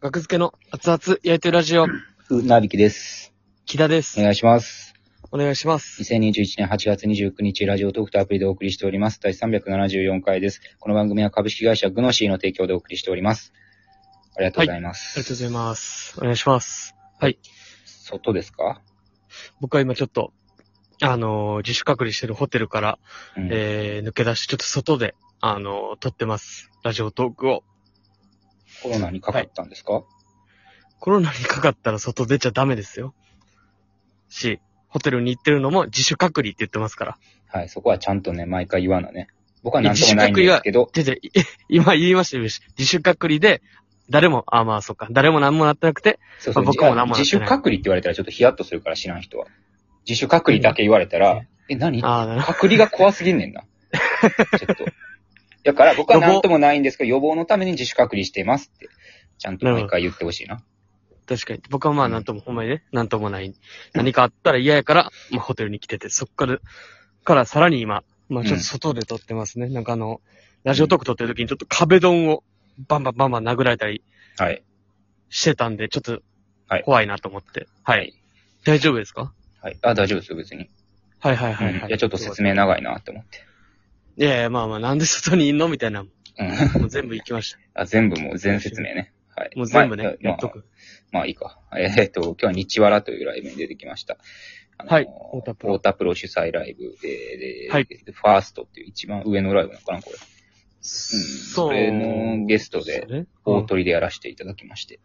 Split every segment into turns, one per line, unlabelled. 学付けの熱々焼いてるラジオ、
うなびきです。
木田で
お
す。
願いします。
お願いします。
2021年8月29日、ラジオトークとアプリでお送りしております。第374回です。この番組は株式会社グノシーの提供でお送りしております。ありがとうございま
あ
す。
りがとうございます。お願いします。はい。
外ですか、
僕は今ちょっと、あのー自主隔離してるホテルから、
うん
えー、抜け出して、ちょっと外で、あのー撮ってます。ラジオトークを。
コロナにかかったんですか、
コロナにかかったら外出ちゃダメですよ。し、ホテルに行ってるのも自主隔離って言ってますから。
はい、そこはちゃんとね、毎回言わなね。僕はなんともないんですけど、
じゃじゃ、い今言いましたよ、自主隔離で、誰も、あ、まあそっか、誰も何もなってなくて、
そうそう
まあ僕も何もなってない
自主隔離って言われたらちょっとヒヤッとするから知らん人は。自主隔離だけ言われた
う
ら
ん、
え、何
ああ、なるほど
隔離が怖すぎんね んな。ちょっと。だから僕はなんともないんですけど、予防のために自主隔離していますって、ちゃんと毎回言ってほしいな。
確かに。僕はまあ、
うん
なんとも、ほんまにね、なんともない。何かあったら嫌やから、まあ、ホテルに来てて、そっから、からさらに今、まあ、ちょっと外で撮ってますね。なんかあの、ラジオトーク撮ってる時にちょっと壁ドンをバンバンバンバン殴られたり
はい。
してたんで、ちょっと
はい、
怖いなと思って。はい。
はい
大丈夫ですか
はい。あ、大丈夫ですよ、別に。
はいはい
うん
はい、はい
いや、ちょっと説明長いなって思って。
いやいや、まあまあ、なんで外にいんのみたいな、も
うん。
う全部行きました。
あ全部もう全説明ね。はい。
もう全部ね、や
まあ
っとく。
まあいいか。えっと、今日は日わらというライブに出てきました。あの
はい
太
太田
田
プ
プ
ロ
ロ。主催ライブで、で
はい
でファーストっていう一番上のライブなのかな、これ。
そ
それのゲストで
そうねうん
大鳥でやらせていただきまして。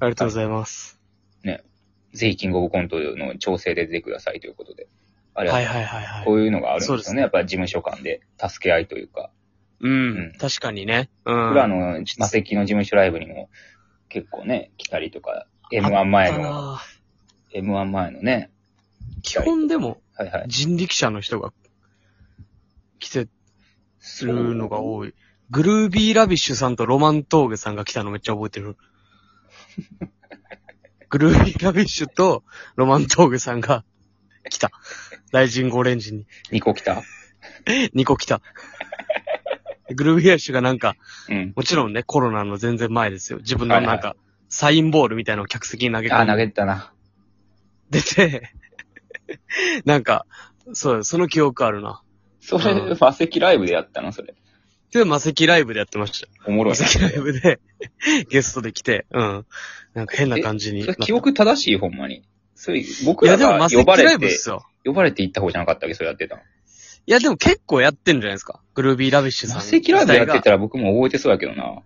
ありがとうございます。
ぜひキングオブコントの調整で出てくださいということで。あ
はい
れは
はいはいはい。
こういうのがあるんです
そう
よ
で
ね。
すね
やっぱ事務所間で助け合いというか。
うん
ん。
確かにね。うん。
僕らのマセキの事務所ライブにも結構ね、来たりとか、M1 前
あ
の、
のー
M1 前のね、
基本でも
はいはい。
人力車の人が来て
す
するのが多い。グルービーラビッシュさんとロマントーゲさんが来たのめっちゃ覚えてる。 グルービーラビッシュとロマントーゲさんが来た。大神ゴレンジに。
2個来た
2個来た。グルービーラビッシュがなんか、
うん。
もちろんね、コロナの全然前ですよ。自分のなん
はいは
か、サインボールみたいなのを客席に投げ込
あ、
んで
投げてたな。
出て、なんか、そう、その記憶あるな。
それ、
うん
マセキライブでやったのそれ。
で、マセキライブでやってました。
おもろい
マ
な。
セキライブで、ゲストで来て、うん。なんか変な感じに
そ
な
れ
った。
記憶正しい、ほんまに。それ、僕
いや、
ら
でも
が
マセ
呼
キ
ば
ライ
れ、
ブってすよ。
呼ばれて行った方じゃなかったっけそれやってたの。
いや、でも結構やってんじゃないですか。グルービーラビッシュさん。
マセキライブやって
た。
たら僕も覚えてそうやけどな。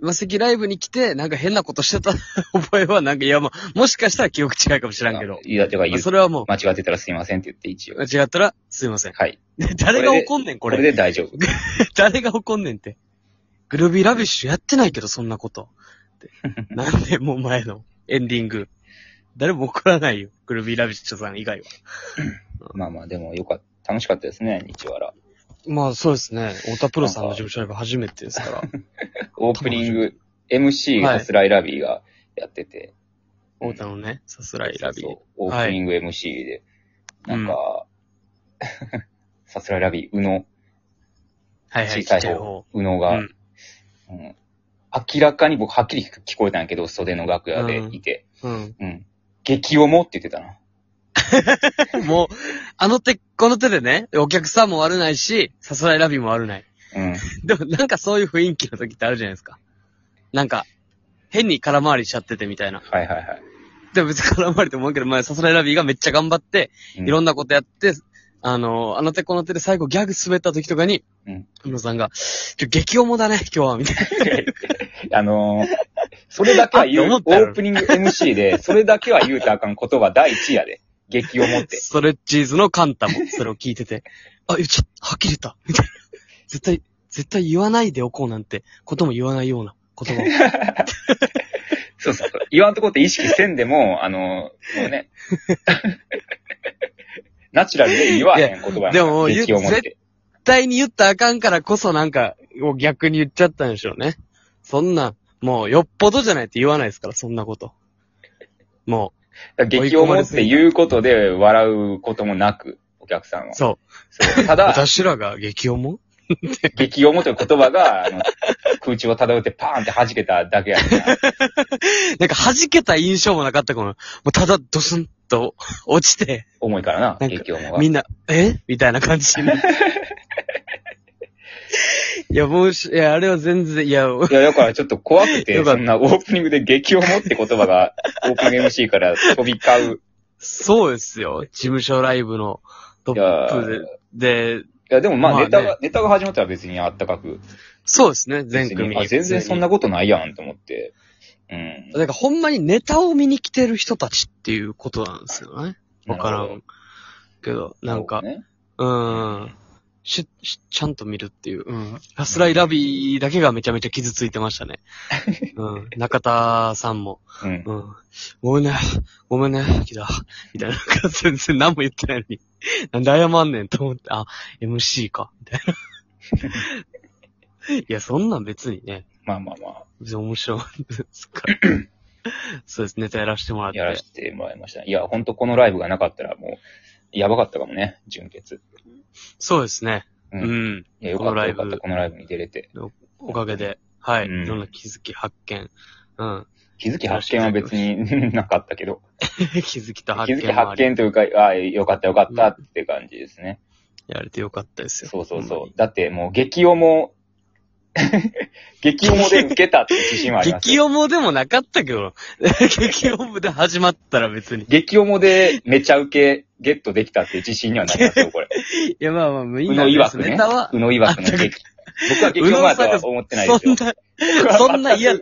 マセキライブに来て、なんか変なことしてた 覚えは、なんか、いや、まあ、もしかしたら記憶違いかもしらんけど。
いや、てか
ま
言
あ
う
それはも
間違ってたらすいませんって言って一応
う、。違ったら、すいませ ん。
はい。
で誰が怒んねん、こ
こ
れ。
れで大丈夫。
誰が怒んねんって。グルービーラビッシュやってないけど、そんな こと。って何年も前のエンディング。誰も怒らないよ。グルービーラビッシュさん以外は。
まあまあ、でもよかった。楽しかったですね、日原。
まあそうですね。太田プロさんの事務所ライブ初めてですから。
オープニング、MC がスライラビーがやってて。
太田のね、さすらいラビー。
そうそうオープニング MC で。なんか、さすらいラビー、宇野、
はいは
小
い、ち
さ
っ
い
ちゃい
方
方。、
宇野
う
が、
ん。
うん明らかに僕はっきり聞こえたんやけど、袖の楽屋でいて。
うん。
うん。激重って言ってたな。
もう、あの手、この手でね、お客さんも悪ないし、さすらいラビーも悪ない。
うん。
でもなんかそういう雰囲気の時ってあるじゃないですか。なんか、変に空回りしちゃっててみたいな。
はいはいはい。
でも別に絡まれてもいいけど、まあ、サスライラビーがめっちゃ頑張って、
う
いろんなことやって、あの、あの手この手で最後ギャグ滑った時とかに、
うん
宇野さんが、ちょ、激重だね、今日は、み たいな。
あのー、それだけは言う、
あ
オ
って思ったよ
ープニング MC で、それだけは言うたらあかん言葉第一やで。激を持って。
ストレッチーズのカンタも、それを聞いてて、 あ、ちょ、はっきり言った、みたいな。 絶対、絶対言わないでおこうなんて、ことも言わないような言 葉を。
そうそうそう。言わんとこって意識せんでも、あのー、もうね。 ナチュラルで言わへん言葉や
いやでも言う
激を持って。
絶対に言ったらあかんからこそなんか、を逆に言っちゃったんでしょうね。そんな、もう、よっぽどじゃないって言わないですから、そんなこと。もう、
だから激を持って言うことで笑うこともなく、お客さんは。
そう。
そう。ただ、
私らが激重
激重という言葉が、あの、空中を漂ってパーンって弾けただけやねん な。
なんか弾けた印象もなかったかも。もうただドスンと落ちて、
重いからな、
なんか
激重は。
みんな、えみたいな感じ に。いや、もうし、いや、あれは全然、いや、
いや、だからちょっと怖くて、
よかっ
そ
た
んなオープニングで激重って言 葉が、オープニング MC から飛び交う。
そうですよ。事務所ライブのト
いや
ッ
ーい
プで、で、
や、でもま
まあ
あ
ね
ネタが、ネタが始まったら別にあったかく。
そうですね、全
別
組
にあ、全然そんなことないやんと思って。うん。
だからほんまにネタを見に来てる人たちっていうことなんですよね。わからんけど、なんか、
なるほど
うー
ね
ん。し、し、ちゃんと見るっていう。うん。ラスライラビーだけがめちゃめちゃ傷ついてま したね。うん。中田さんも。
うん。
うん。ごめんね。ごめんね。キダ。みたいな。なんか全然何も言ってないのに。 なんで謝んねんと思って。あ、MC か。みたいな。いや、そんなん別にね。
まあまあまあ、
別に面白いです から。そうです。ネタやらせてもらって。
やらせてもらいました。いや、ほんとこのライブがなかったらもう、やばかったかもね、純潔。
そうですね。
う。
うん
い
ん。
や、よ
こ
か
の
った
ライ
よ
ブ
かった、このライブに出れて。
おかげで。はい。
うん
いろんな気づき、発見。うん。
気づき発見は別になかったけど、
気づきと発
気
見
づき
もあ
発
り
見というか、ああ、よかったよかったって感じですね。
やれてよかったですよ。
そうそうそう。だってもう激重も、 激重で受けたって自信はありま す
激
よ。
おもでもなかったけど、 激おもで始まったら別 に。
激重でめちゃ受けゲットできたって自信にはなりますよ、これ。
いや、まあまあ、み
うん
な
の曰
です
くね
ネタは。
うの曰くの激。僕は激重だとは思ってないです
そん
よ。
な、 そんな嫌、押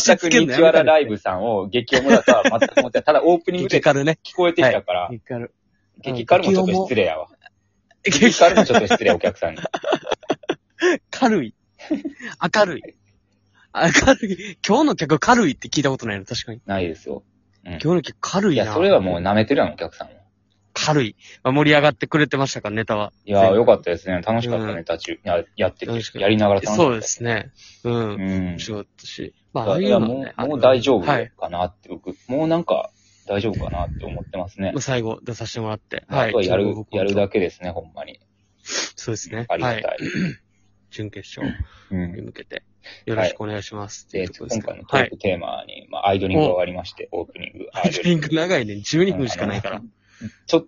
し
全く
付けんの
日
やめ
原
た
ライブさんを激重だとは全く思ってない。ただオープニング
激
で
カルね。
聞こえてき たから、
激カル。
激カルもちょっと失礼やわ。激
激
カルもちょっと失礼、お客さんに。
軽い。明るい。明るい。今日の客軽いって聞いたことないの、確かに。
ないですよ。
今日の客軽
い
いな。
や、それはもう舐めてるやん、お客さんも。
軽い。まあ盛り上がってくれてましたから、ネタは。
いやー、よかったですね。楽しかった
う
ね、立ち、ややってて
楽しかった
やりながら楽しかった。
そうですね。うん。
うん。
面白かったし。まあ、ああ
い
いう
や、
の
も
はね。あ
う、
の
もう大丈夫
はい。
かなって、僕、もうなんか、大丈夫かなって思ってますね
まあ。最後出させてもらって。は
あ
い。
とはやる
ちょっとご、報告
やるだけですね、ほんまに。
そうですね。
ありが
は
たい
い。。準決勝
うん
に。向けて、よろしくお願いします。
で、
というこ
今
とです
回のト
は
ー
い。
クテーマに、まあ、アイドリングが終わりまして、オープニング。
アイドリング長いね。12分しかないから。
ちょ、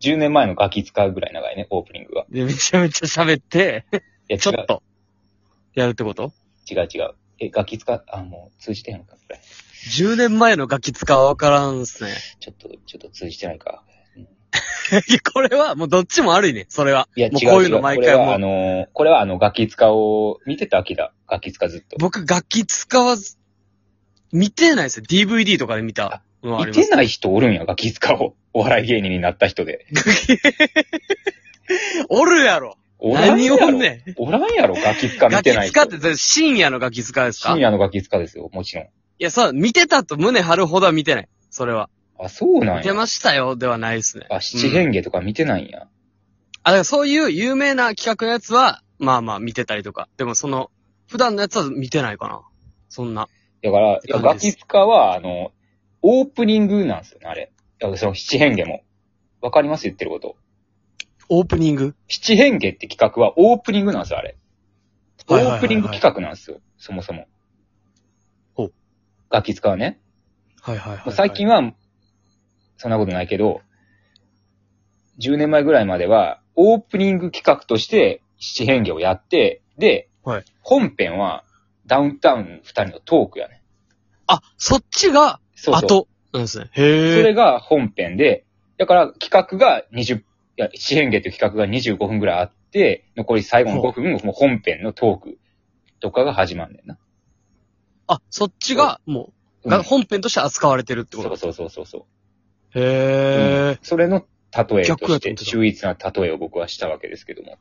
10年前のガキ使うぐらい長いね、オープニングが。
で、めちゃめちゃ喋 って、
いや
ちょっと、やるってこと
違う違う。え、ガキ使う、あ、もう通じてへんのか、これ。
?10 年前のガキ使はわからんっすね。
ちょっと、ちょっと通じてないか。
いやこれはもうどっちも悪いね。それは。
いや、違う
もう
違う。
こういうの毎回
これは
も
あ
う。
のーこれはあの、ガキ使を、見てた秋だ。ガキ使ずっと。
僕、ガキ使わず、見てないですよ。DVD とかで見たのはあり
見
ます
て。ない人おるんや、ガキ使を。 お笑い芸人になった人で。
おるやろ
おらんやろ。
何おんね
おらんやろ、ガキ使見
ガキ
てない人。
使って、深夜のガキ使ですか
深夜のガキ使ですよ、もちろん。
いや、そう、見てたと胸張るほどは見てない。それは。
あ、そうなん
見て
や。
ましたよ、ではないですね。
あ、七
うん
変化とか見てないんや。
あ、だからそういう有名な企画のやつは、まあまあ見てたりとか。でもその、普段のやつは見てないかな。そんな。
だから、い
て
や
感
ガ
じです
キ使は、あの、オープニングなんですよね、あれ。いやその七変化も。わかります言ってること。
オープニング
七変化って企画はオープニングなんですよ、あれ。オ
はいはいはいはい
ープニング企画なんですよ、そもそも。
ほう
ガキ使はね。
はいはいはい、
もう最近は、そんなことないけど、10年前ぐらいまでは、オープニング企画として七変化をやって、で、
はい
本編はダウンタウン二人のトークやね。
あ、そっちが
そうそう。
後なんですね。
そ
へ
れ
え。
が本編で、だから企画が20、いや、四変化という企画が25分ぐらいあって、残り最後の5分、もう本編のトークとかが始まんねんな。
あ、そっちがもう、が
うん
本編として扱われてるってこ
そう
と
そうそうそうそう。
へ
それの例えと
逆や
し
と思
て
っ、てた
秀逸な例えを僕はしたわけですけども、
え。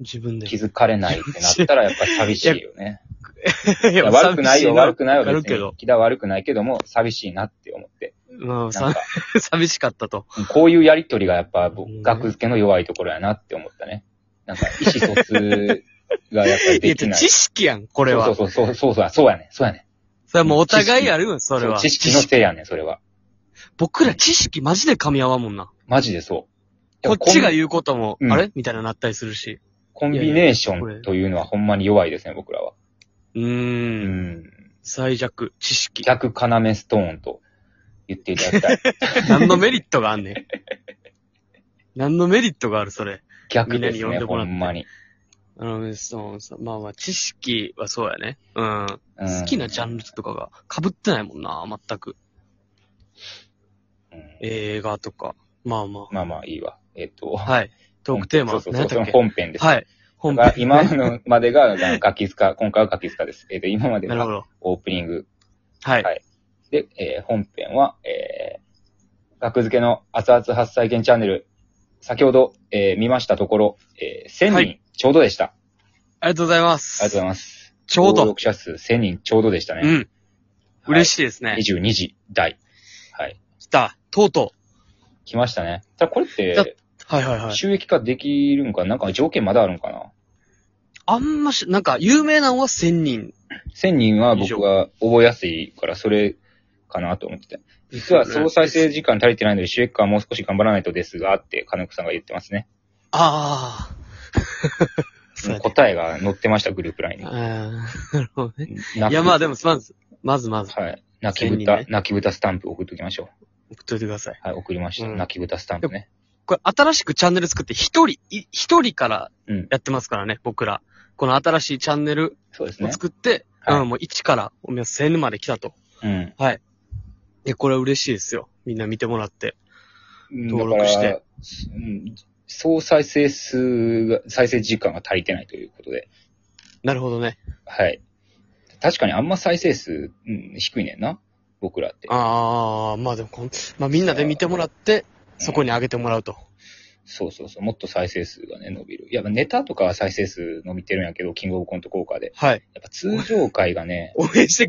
自分で。
気づかれないってなったらやっぱり寂しいよね。
い
いや悪くないよ、悪
く。
くないよ、
なる
別
け
に
ど。
気だ悪くないけども、寂しいなって思って。
まあ、
なん
さ
か、
寂しかったと。
こういうやりとりがやっぱ
う
僕、
ん
学付けの弱いところやなって思ったね。なんか、意思疎通がやっぱり
いや、
できない。
知識やん、これは。
そうそうそう、そうそう、そうやねん、そうやねん。
それはもうお互いあるよ、それは。
そう知識のせいやねん、それは。
僕ら知識マジで噛み合わんもんな。
マジでそう。
こっちが
う。
言うことも、
うん
あれみたいななったりするし。
コンビネー
い
シ
やいやこ
ョ
れ
ンというのはほんまに弱いですね、僕らは。
う
う
ーん。
ん。
最弱、知識。
逆要ストーンと言っていただきたい。
何のメリットがあんねん。何のメリットがある、それ。
逆で
みんな
す
に呼ん
ね、
でも
ほ
らって
んまに。
あのね、そうそう。まあまあ、知識はそうやね。うん。
うん
好きなジャンルとかが被ってないもんな、全く。
うん
映画とか。まあま
まあまあいいわ。えっと。
あ。はい。トークテーマ、
そうそう
何
そ
や
う、
っ
そ
た
の
っけ
本編です。
はい。本
だから
編。
今のまでがガキスカ、今 回はガキスカです。えっと、今まで
なるほ
は
ど。
オープニング。
はい
は。いで、えー本編は、えー、学付けの熱々発災券チャンネル。先ほど、えー見ましたところ、えー1000人、
はい
ちょうどでした。あ
ありがとうございます。
りがとうござい
ま
ます。
す。ちょう
登
ど。
録者数1000人ちょうどでしたね。
う
はい、
ん。嬉しいですね。
22時台。はい。
来た。とうと
来ましたね。ただこれっ、
だってう。はいはいはい。
収益化できるんかななんか条件まだあるんかな
あんまし、なんか、有名なのは1000人。
1000人は僕が覚えやすいから、それかなと思ってて。実は総再生時間足りてないので、収益化はもう少し頑張らないとですが、って金子さんが言ってますね。
ああ。そうやね。
答えが載ってました、グループラインに。
あーなるほどね。
泣
い
き
や、まあでも、まず、まずまず、
はい。泣き
1000人
豚、
ね
泣き豚スタンプ送っときましょ
送っといてください。
う。はい、送りました。
うん
泣き豚スタンプね。
これ、新しくチャンネル作って、一人、い一人から
うん。
やってますからね、僕ら。この新しいチャンネル
そうです
を
ね。
作って、
はい
うん、もう1から、おみは1000まで来たと。
うん。
で、これは嬉しいですよ。みんな見てもらって。
登
登録して。
うん総再生数が、再生時間が足りてないということで。
なるほどね。
はい。確かにあんま再生数、うん、低いねんな。僕らって。
あー、まあでもこん、まあみんなで見てもらって、そこに上げてもらうと。
そうそうそう。もっと再生数がね、伸びる。いや、ネタとかは再生数伸びてるんやけど、キングオブコント効果で。
はい。
やっぱ通常回がね、
応援してください。